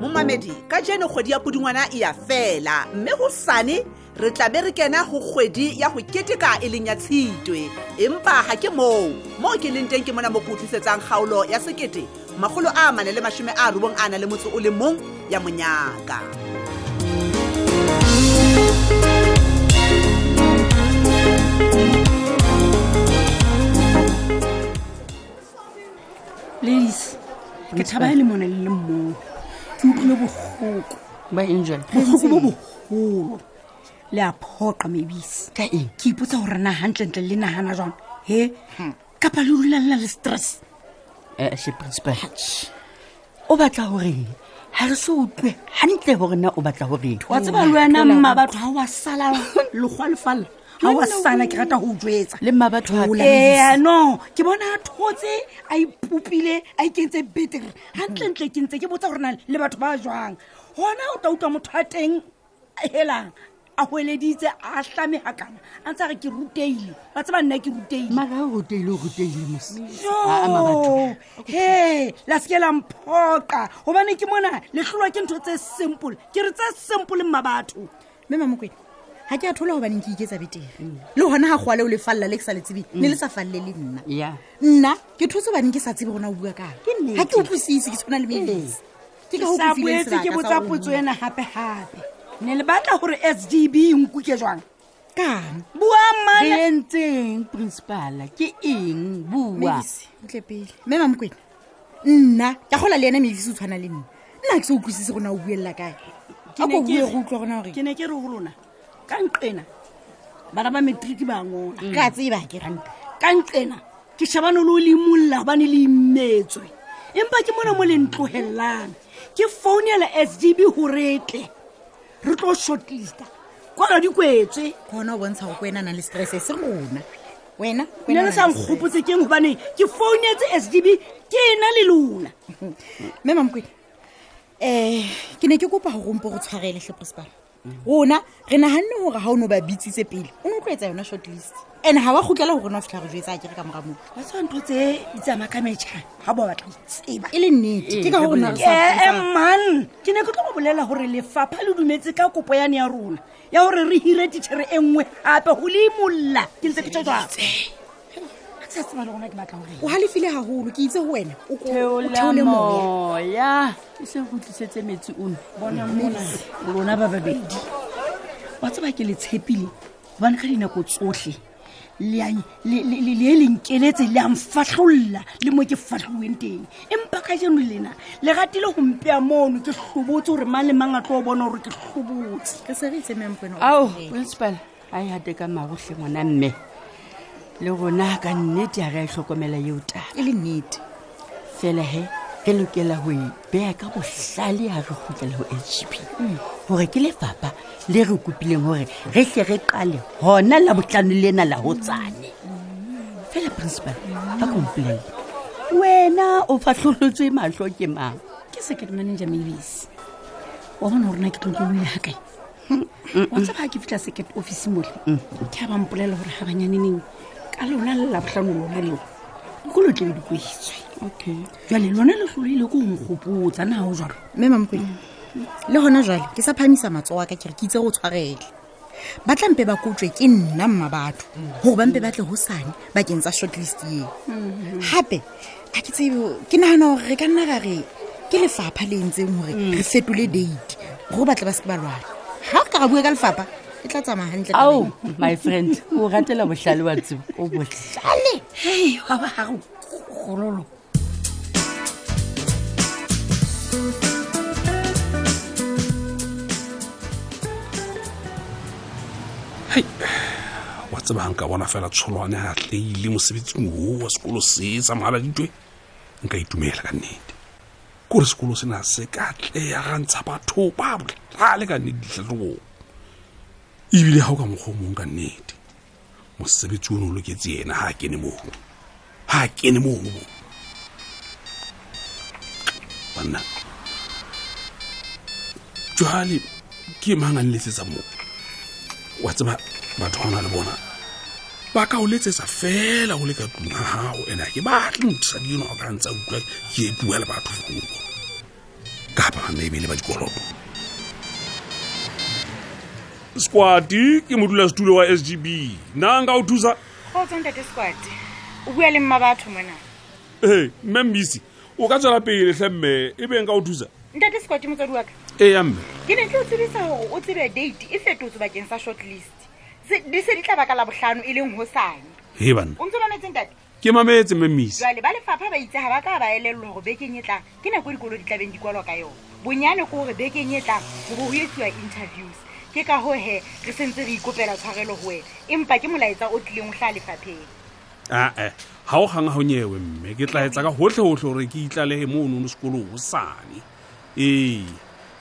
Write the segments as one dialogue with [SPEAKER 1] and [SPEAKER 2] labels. [SPEAKER 1] momamedi ka jeno kgwedi ya pudingwana e ya fela mme go sane re tlabe re kena go kgwedi ya go keteka e leng ya tshitwe empa ga ke moo moo ke leng teng ke mona mo ke utlwisetsang kgaolo ya sekete magolo a mane le mašome a robong a na le motse o le mong ya monyaka
[SPEAKER 2] ladies ke
[SPEAKER 3] Miss
[SPEAKER 2] thaba e le mona le le mmogo ke utlwile bogoko
[SPEAKER 3] ba enjoy
[SPEAKER 2] botlhoko bo bogolo le a phoqa mebisi
[SPEAKER 3] ka eng
[SPEAKER 2] ke ipotsa gore na gantlentle le nagana jang he kapa le dulalela le stress
[SPEAKER 3] Eh, she principal o batla goreng ga re se utlwe gantle gore na o batla goreng
[SPEAKER 2] wa tseba le wena mma batho ga wa sala legwa lefalela ga wa sala ke rata go jwetsa
[SPEAKER 3] le mma batho a-
[SPEAKER 2] ee no ke bona a thotse a ipopile a ikentse betere gantlentle ke ntse ke botsa gore na le batho ba jwang gona o tla utlwa motho a teng a helang a goeleditse a tlamegakana a ntse a re ke ruteile ba tseba nna ke ruteile
[SPEAKER 3] mara o ruteile o ruteile mos Ah, ama
[SPEAKER 2] jo he la seke la mphoqa gobane ke mona letlholwa ke ntho tse simple ke re tse simple mma batho
[SPEAKER 4] mme mamokwedi ga ke a thola gobaneng ke iketsa betere le gona ga goa leo le falela le ke sa le tsebeng ne le sa falele le nna
[SPEAKER 3] ya
[SPEAKER 4] nna ke thotse gobaneng ke sa tsebe gona o bua kaga ga ke utlwisise ke tshwana le mebesi ke ka hoo
[SPEAKER 2] sa
[SPEAKER 4] ke o fileng
[SPEAKER 2] boetse ke
[SPEAKER 4] sebaka sa
[SPEAKER 2] botsa
[SPEAKER 4] ho
[SPEAKER 2] potso
[SPEAKER 4] bua.
[SPEAKER 2] ena gape-gape ne le batla gore sdb nkuke jwang
[SPEAKER 4] Kana?
[SPEAKER 2] bua
[SPEAKER 3] re
[SPEAKER 2] mane
[SPEAKER 3] entseng principala ke eng bua
[SPEAKER 4] Mebisi, o tle pele mme mamokwedi nna ke a gola le ena mebisi o tshwana le nna nna ha ke sa utlwisise gona o buelela kae
[SPEAKER 2] Ke
[SPEAKER 4] a
[SPEAKER 2] ne
[SPEAKER 4] ko
[SPEAKER 2] ke-
[SPEAKER 4] bue go utlwa gona gore
[SPEAKER 2] ke ne ke re go lona ka nqena bana ba matriki ba ngola
[SPEAKER 4] re a tseba ke ranta
[SPEAKER 2] ka nqena ke shebane le o le imolola gobane le imetswe empa ke mona mo le ntlogelang ke founela sdb gore tle re tlo shortlista kwala dikwetswe
[SPEAKER 4] kgona o bontsha go ko ena a nang le stress e se rona wena
[SPEAKER 2] ne le sa nkgopotse keng gobane ke founetse sdb ke ena le lona
[SPEAKER 4] mme mamkwedi um ke ne ke kopa gore mpo go tshwarele tlhe principal rona re naganne gore ga o ne o ba bitsitse pele o ne o tloetsa yona short list and ga wa gotlela gore o ne o fitlha re jetsa kere ka mora moka
[SPEAKER 2] ba tshwa ntho tse di tsamaya ka Eh, metšhang ga bo batla go tseba
[SPEAKER 4] e le nnete ke ka gore na re sa
[SPEAKER 2] ee
[SPEAKER 4] tsebisana.
[SPEAKER 2] man ke ne ke tlo go bolela gore lefapha le dumetse ka kopo yane ya rona ya gore re hire titšhere e nngwe gape go le imolola ke ntse ke tswa sa tseba le gona ke batla gore
[SPEAKER 4] o halefile gagolo ke itse go wena o ko- o theole
[SPEAKER 3] theola
[SPEAKER 4] moya
[SPEAKER 3] moya e se go tlisetse metsi ono
[SPEAKER 2] bona mona lona ba babedi wa tseba ke le tshepile gobane ka dinako tsotlhe le a- le- le le- le lenkeletse le amfatlholola le mo ke fatlhoweng teng empa ka jeno lena le ratile gompeya mono ke tlhobotse gore mang le mang a tlo o bona gore ke tlhobotse
[SPEAKER 4] re se re itse mempoena
[SPEAKER 3] ao principal a e gate ka magotlhe ngwana mme le rona ka nnete a re a e tlhokomela eo taba
[SPEAKER 4] e le nnete
[SPEAKER 3] fela he re lokela ho e beha ka bohlale ha re kgutlela ho sgp hore ke lefapha le re kopileng hore re hle re qale hona la botlano lena la ho tsane fela principal a complain wena o fatlholotswe mahlo ke mang
[SPEAKER 2] ke second manager mabis wa bona gorena ke tlotloile ga kae wa tseba ha ke fitlha second office mole ke a bampolela gore ga banyaneneng ka lona le labotlhano lona leo e dikolo tlebe di kwetswe
[SPEAKER 3] okay
[SPEAKER 2] jale lona le tloloile ko ngopotsa nao jalo
[SPEAKER 4] mme mamkwedi le gona jale ke sa phamisa matsoa ka kere ke itse go tshwarele ba tla mpe ba kotswe ke nna mma batho gore ba mpe batle go sane bakeng tsa shortlist eo gape a ke tsebe ke nagana gore re ka nna rare ke lefapha le entseng gore re fetole date gore batle ba seke ba lwala ga o ka ra bua ka lefapha e tla tsamaya gantle
[SPEAKER 3] ao my friend o ratela bohlale wa tsebo o bohlale
[SPEAKER 2] hei wa ba gago gololo
[SPEAKER 5] wa tsebagang ka bona fela tsholwane a tleile mosebetsing oo wa sekolo se sa mahaladitwe nka itumela ka nnete kore sekolo sena se ka tleyagantsha batho ba botlale ka nnete ditlhatlhobong ebile ga o ka mokgwa o mong ka nnete mosebetsi ono o loketse ena ga a kene mono ga a kene mono banna jale ke mang a nletsetsa moo wa tseba batho gona le bona ba ka o letsetsa fela go le ka tlung ga gago ande ke batle mosadi eno a ka ntse a utlwa ke bua le batho foo ka ka ba bana e be le ba dikoloto squati ke modulasetulo wa sgb na nka o thusa
[SPEAKER 6] kgaotsantate squad o bua le mma batho mona
[SPEAKER 5] ee mme mmisi o ka tswela pele hle mme e beng ka o thusa
[SPEAKER 6] ntate squad motswadi wa ka
[SPEAKER 5] ee ya mme
[SPEAKER 6] ke ne ke o tsebisa gore o tsebe date e fetotse bakeng sa shortlist Se- di se di tla baka labohlano e leng hosane
[SPEAKER 5] he banna
[SPEAKER 6] o ntse mametseng tate
[SPEAKER 5] ke mametse mme mmisi
[SPEAKER 6] jale ba lefapha ba itse ga ba ka ba elellwa gore bekeng e tlang ke nako dikolo di tlabeng dikwalwa ka yone bonyane ke gore bekeng e tlang go bo ho etsiwa interviews ke ka ho he re sentse re ikopela tshwarelo ho wena empa ke molaetsa o tlileng o hlaha lefapheng
[SPEAKER 5] ae ga o gang ga o nyewe mme ke tlaetsa ka gotlhegotlhe gore ke itlalehe mo nono sekolong go sane ee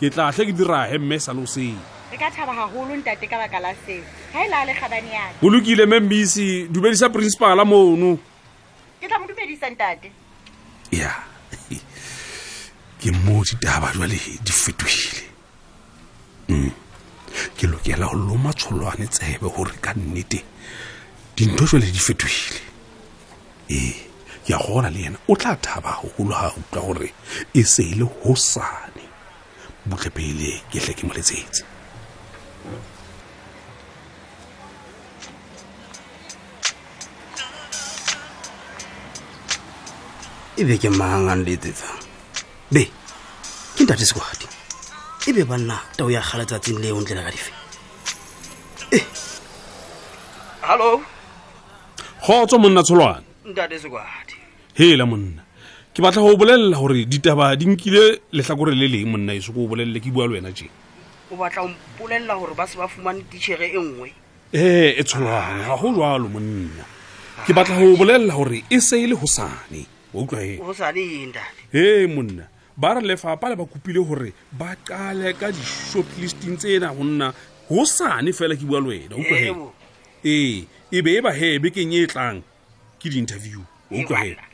[SPEAKER 5] ke tlatlhe ke dirahe mme sa le oseng
[SPEAKER 6] re ka thaba haholo ntate ka baka la seo ga e le a lekgabane yaka
[SPEAKER 5] o lokile mme mmisi dumedisa principala mono
[SPEAKER 6] ke tla mo dumedisa ntate
[SPEAKER 5] ya ke mo ditaba jwale di fetogile mm. ke lokela go loma tsholwane tsebe gore ka nnete dintho jwale di fetogile ee ke a gona le yena o tla thaba gogolo ga utlwa gore e se e le hosane butlepeile ke tle ke mo letsetse
[SPEAKER 7] ebe ke mangang le etsetsang be ke ntate sekwadi e be banna tao ya kgala tsatsing leo ntle le ka dife
[SPEAKER 8] hallo
[SPEAKER 5] kgotso monna tsholwane
[SPEAKER 8] ntate sekwadi
[SPEAKER 5] hela monna ke batla go bolelela gore ditaba di nkile letlhakore le leng monna eso ko o bolelele ke bua le wena jeng
[SPEAKER 8] o batla ho mpolelela gore ba se ba fumane tichere e nngwe
[SPEAKER 5] ee e tshologang ga go jalo monna ke batla go bolelela gore e se e le hosane wa utlwa e
[SPEAKER 8] go sane eng ntate
[SPEAKER 5] ee monna ba re lefapha le ba kopile gore ba qale ka di-shortlisting tsena gonna hosane fela ke bua le wena wa utlwa he
[SPEAKER 8] Ebo.
[SPEAKER 5] ee e be e ba he bekeng e tlang ke di-interview wa
[SPEAKER 8] E
[SPEAKER 5] utlwa he
[SPEAKER 8] bana.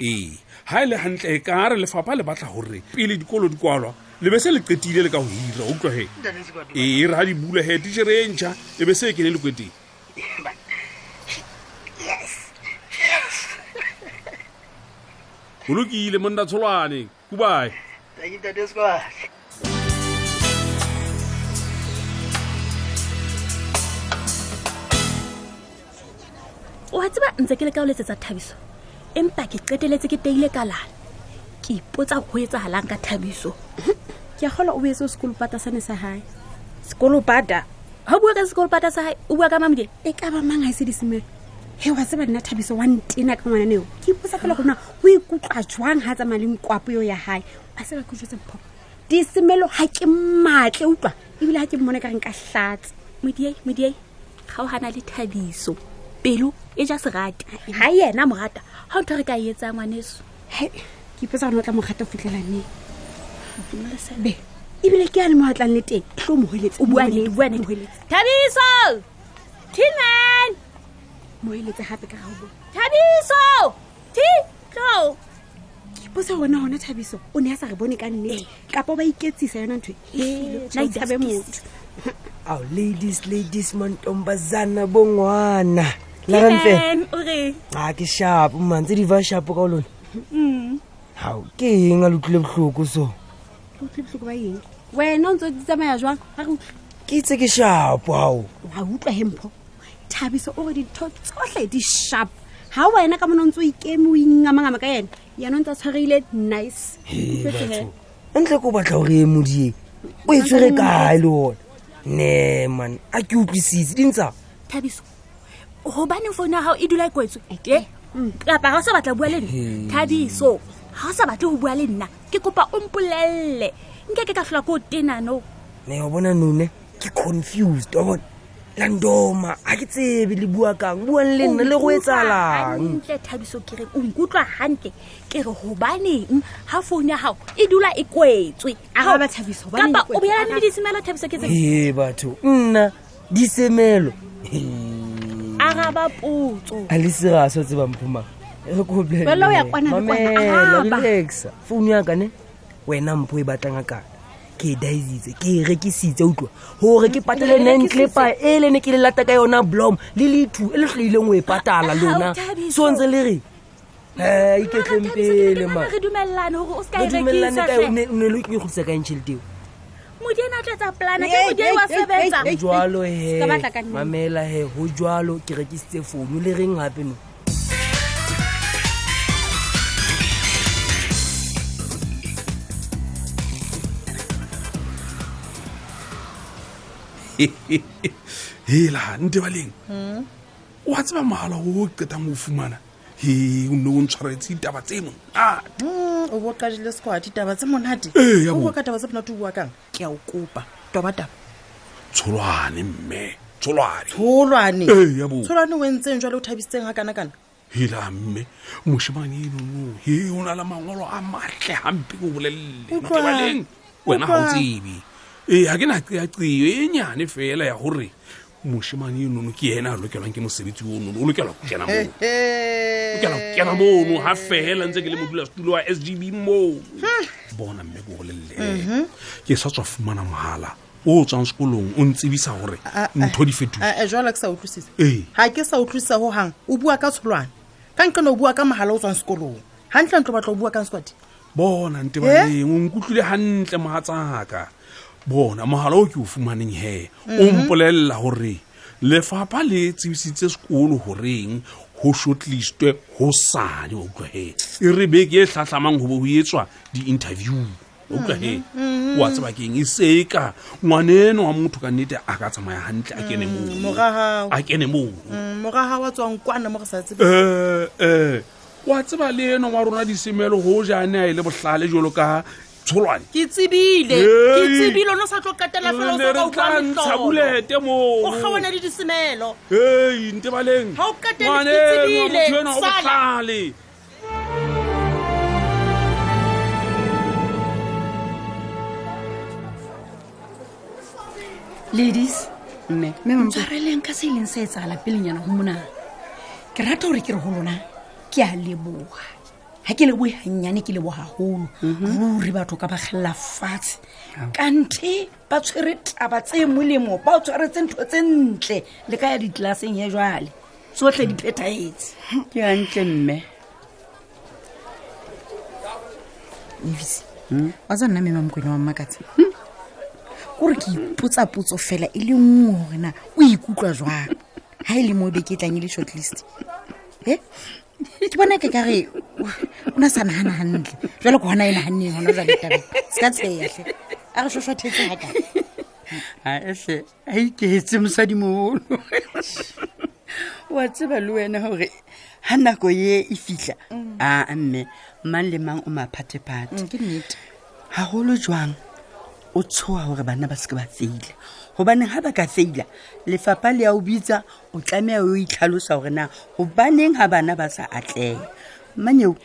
[SPEAKER 5] ee ga e le gantle ka re lefapha le batla gore pele dikolo di kwalwa le be se le qetile le ka go hira wa utlwa he
[SPEAKER 8] ntate sekwadi
[SPEAKER 3] E-
[SPEAKER 5] ee E, re ga di bula he tichere e ntšha e be se e kene le kweteng
[SPEAKER 8] ba-
[SPEAKER 5] o lokile monna tsholwane kubae
[SPEAKER 8] Thank you, ntate sekwadi
[SPEAKER 9] wa tseba ntse ke le ka o letsetsa thabiso empa ke qeteletse ke teile kalala ke ipotsa go etsagalang ka thabiso
[SPEAKER 2] ke a gola o boetse o sekolopata sane sa gae
[SPEAKER 9] sekolopata ga bua ka sekolopata sa gae o bua ka mamodie
[SPEAKER 2] e ka ba mang ga e se di semelo he wa tseba nna thabiso wa ntena ka ngwananeo ke ipotsa fela gona o ikutlwa jwang ga a tsamaya leng kwapo eo ya gae a seba ke ujetse mphopo disemelo ga ke maatle utlwa ebile ga ke mmone ka reng ka tlatse
[SPEAKER 9] modiei modiei ga o gana le thabiso pelo e ja serata ga yena a mo rata ga o ntho re ka e etsang ngwaneso
[SPEAKER 2] he ke ipotsa gona o tla mogata o fitlhelaneng be ebile ke yane mo a tlang le teng tlo mogeletse
[SPEAKER 9] o bua nnete, o bua nnete. thabiso timan
[SPEAKER 2] mogeletse gape ka gabo
[SPEAKER 9] thabiso ti tlo
[SPEAKER 2] ipotsa gona gona thabiso o ne a sa re bone ka
[SPEAKER 9] Eh.
[SPEAKER 2] nnete kapa o ba iketsisa yona ntho e
[SPEAKER 9] nna ke-
[SPEAKER 2] tshabe motho
[SPEAKER 3] ao ladies ladies mantombazana bongwana laranfela
[SPEAKER 9] timan o reng
[SPEAKER 3] a Ah, ke shapo mantse di va shapo ka ho lona gao ke eng a le utlwile botlhoko so
[SPEAKER 2] o tlhe botlhoko ba eng wena o ntse o di tsamaya jwang ga re utlwe
[SPEAKER 3] ke itse ke shapo gao
[SPEAKER 2] wa utlwa hempho thabiso o re dintho tsotlhe di sharp ga wena ka mona o ntse o ikeme o ingamangama ka ena yana o ntse a tshwareile nice Utlwetse hee?
[SPEAKER 3] ntle ko batla gore e modieng o e tshwere kae le ona ne man a ke utlwisitse dintsa
[SPEAKER 9] thabiso gobaneng founu ya gago e dula e kwetswe e kapa ga o sa batla bua le nna thabiso ga o sa batle go bua le nna ke kopa o mpolelele nke ke ka tlhola ko o tenano
[SPEAKER 3] ne wa bona none ke confused wa bona landoma a ke tsebe le bua kang buang le nna le go etsalang
[SPEAKER 9] ntle thabiso ke reng o nkutlwa gantle ke re gobaneng ga founu ya gago e dula e kwetswe
[SPEAKER 2] Araba, Thabiso, hobaneng e
[SPEAKER 9] kapa o
[SPEAKER 2] kwetswe?
[SPEAKER 9] beelane le disemelo thabiso ke tse
[SPEAKER 3] ee E, batho nna disemelo
[SPEAKER 9] araba potso
[SPEAKER 3] a le serase o tsebang phomang re
[SPEAKER 2] Fela o ya kwana le kwana, araba.
[SPEAKER 3] koblelaxa founu yaka ne wena mpho e batlang a kana ke e daisitse ke e rekisitse utlwa gore ke patale nentlepa e le ne ke le lata ka yona blom le le two e le tlhoileng o e patala lona
[SPEAKER 9] Hao, Thabiso.
[SPEAKER 3] so ntse le reng
[SPEAKER 8] ha iketlempele ma
[SPEAKER 10] re dumellane hore o ska
[SPEAKER 8] re
[SPEAKER 10] e
[SPEAKER 8] dumellane
[SPEAKER 10] rekisa
[SPEAKER 8] ka o
[SPEAKER 10] hle
[SPEAKER 8] ne o ne le o ikgodisa kang tšhelete eo
[SPEAKER 10] modiena a tletsa plana ke
[SPEAKER 11] Hey,
[SPEAKER 10] modieni wa
[SPEAKER 11] hey, hey, hey,
[SPEAKER 10] sebetsa
[SPEAKER 11] hey,
[SPEAKER 8] ho jwalo he
[SPEAKER 10] Ska batla ka nnete.
[SPEAKER 8] mamela he ho jwalo ke rekisitse founu le reng gape no
[SPEAKER 5] hela ntebaleng o a tseba mahala o qetang ho fumana he o ne o ntshwaretse ditaba Ah, tse mona
[SPEAKER 12] Mm, o bo qadile sekwa ditaba tse monate
[SPEAKER 5] Ee, ya
[SPEAKER 12] o
[SPEAKER 5] bona.
[SPEAKER 12] boka taba tse monate o bua kang ke a o kopa tobataba
[SPEAKER 5] tsholwane mme tsholwane
[SPEAKER 12] tsholwane
[SPEAKER 5] Ee, ya bona.
[SPEAKER 12] tsholwane o entseng jwale o thabisitseng ga kanakana
[SPEAKER 5] hela mme moshemane enono he o na le mangolo a matle hampe ke o bolelele
[SPEAKER 12] Utlwa.
[SPEAKER 5] ntebaleng wena ga o
[SPEAKER 12] Utlwa.
[SPEAKER 5] tsebe ee ga ke na qeaqeo e nyane fela ya gore moshemane enono ke ena a lokelwang ke mosebetsi onono o lokelwa go
[SPEAKER 12] Eh.
[SPEAKER 5] kena moo o lokela ho kena mono ha fela ntse ke le modulasetulo wa sgb moo
[SPEAKER 12] Hmm.
[SPEAKER 5] bona mme ko
[SPEAKER 12] Mhm.
[SPEAKER 5] golelele ke sa tswa fumana mohala o tswang sekolong o ntsebisa gore
[SPEAKER 12] ah,
[SPEAKER 5] ntho di Eh. fetule
[SPEAKER 12] ae jwale eh, ke sa utlwisisa
[SPEAKER 5] ee
[SPEAKER 12] ga ke sa utlwisisa ho hang o bua ka tsholwane ka nqeno o bua ka mohala o tswang sekolong gantle ntlo batla o bua kang sekwadi
[SPEAKER 5] bona nte baleng o nkutlwile hantle mohatsaka bona mohala o ke o fumaneng he o
[SPEAKER 12] Mhm.
[SPEAKER 5] mpolelela gore lefapha le tsebisitse sekolo goreng ho shortlistwe ho sane wa utlwa he e re beke e tlhatlhamang ho bo ho etswa di-interview wa utlwa he wa tseba keng e se e ka ngwaneno wa motho ka nnete a ka tsamaya hantle a kene moo
[SPEAKER 12] moragao
[SPEAKER 5] a kene moo
[SPEAKER 12] moragao a tswang kwana mo re sa tsebe
[SPEAKER 5] Eh, eh, wa tseba le eno wa rona disemelo go jane a e le bohlale jolo ka tsholwane
[SPEAKER 12] ke tsebile ke
[SPEAKER 5] Hei.
[SPEAKER 12] tsebile o ne o sa tlo qetela fela o
[SPEAKER 5] Eh. Ne re
[SPEAKER 12] soka o bua
[SPEAKER 5] tla ntsha bulete moo.
[SPEAKER 12] o kgaona le disemelo
[SPEAKER 5] hei ntebaleng
[SPEAKER 12] Ha o qetele, ke
[SPEAKER 5] Ngwaneno,
[SPEAKER 12] tsebile,
[SPEAKER 5] motho enwa o
[SPEAKER 12] sala.
[SPEAKER 5] bohlale
[SPEAKER 2] ladies
[SPEAKER 4] Mme Mpho.
[SPEAKER 2] ntshwareleng ka e se ileng se etsagala pelenyana go mona ke rata gore ke re go lona ke a leboga ga ke leboe gannyane ke leboga golo
[SPEAKER 4] Mhm.
[SPEAKER 2] ruri batho ka bagelela fatshe
[SPEAKER 4] Ah.
[SPEAKER 2] kante ba tshwere taba tse molemo ba o tshwaretse ntho tse ntle le ka ya ditlelaseng ya jale tsotlhe di phethaetse
[SPEAKER 3] ke gantle mme
[SPEAKER 4] lebise wa tsa nna mema mokwena wa mmakatsa kore ke ipotsa potso fela e le nngwe gorena o ikutlwa jwang ga e le mo beke e tlang e le shortlist e ke bona ke kare o na sa nagana gantle jalo ke gona e naganneng gona jale tabe se ka tseyatlhe a re shoshothetse gaka
[SPEAKER 3] aehle a iketse mosadi mogolo wa tseba le wena gore ga nako ye e fitlha
[SPEAKER 12] Mm.
[SPEAKER 3] aa mme mang le mang o maphathephathe
[SPEAKER 12] ke nnete
[SPEAKER 3] gagolo jwang o tshoa gore bana ba seke ba feila gobaneng ga ba ka feila lefapha le ya o bitsa o tlameya o itlhalosa gore na gobaneng ga bana ba sa atlega manyeo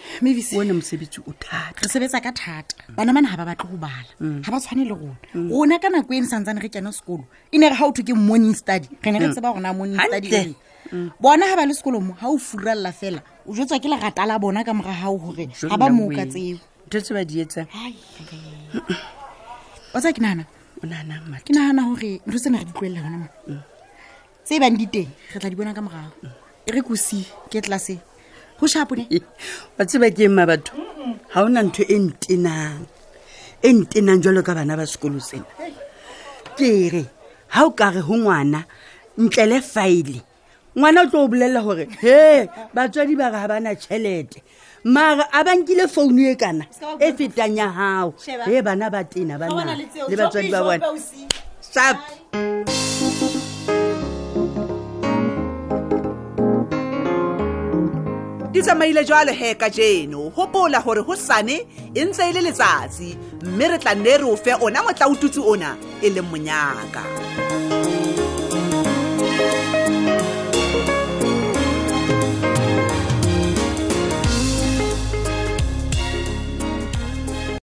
[SPEAKER 3] one mosebetsi o thata
[SPEAKER 4] re sebetsa ka thata bana bane ga ba batle go bala
[SPEAKER 3] Mm.
[SPEAKER 4] ga ba tshwane le rona rona ka nako e ne santsane re kena sekolo e ne re ga o thwe ke morning study re ne re
[SPEAKER 3] Mm.
[SPEAKER 4] tseba gorena morning study
[SPEAKER 3] Hantle. Mm.
[SPEAKER 4] eng. bona ga ba le sekolong mo ga o furalela fela o jetswa ke lerata la bona ka mora gago gore ga ba moka tseo
[SPEAKER 3] ntho tse ba di etsang
[SPEAKER 4] o tsa ke nagana ke nagana gore ntho tsena re di tloelela gona mo
[SPEAKER 3] Mm.
[SPEAKER 4] tse bang di teng re tla di bona ka morago
[SPEAKER 3] Mm.
[SPEAKER 4] e re kosi ke tlelaseng go shapone
[SPEAKER 3] eh, wa tseba ke ema batho ga ona ntho e ntenang e ntenang jalo ka bana ba sekolo sena ke re ga o kare go ngwana ntle le faele ngwana o tlo o bolelela gore he batswadi ba re ga bana tšhelete mara a bankile founu e kana e fetang ya gago
[SPEAKER 2] Sheba.
[SPEAKER 3] e bana ba tena
[SPEAKER 2] Ba
[SPEAKER 3] ba
[SPEAKER 2] bona
[SPEAKER 3] na le
[SPEAKER 2] le tseo.
[SPEAKER 3] batswadi ba
[SPEAKER 2] Shoppe,
[SPEAKER 3] bone sharp
[SPEAKER 1] di tsamaile jwalo he ka jeno hopola hore hosane e ntse e le letsatsi mme re tla nne re o fe ona motlaututsi ona e leng monyaka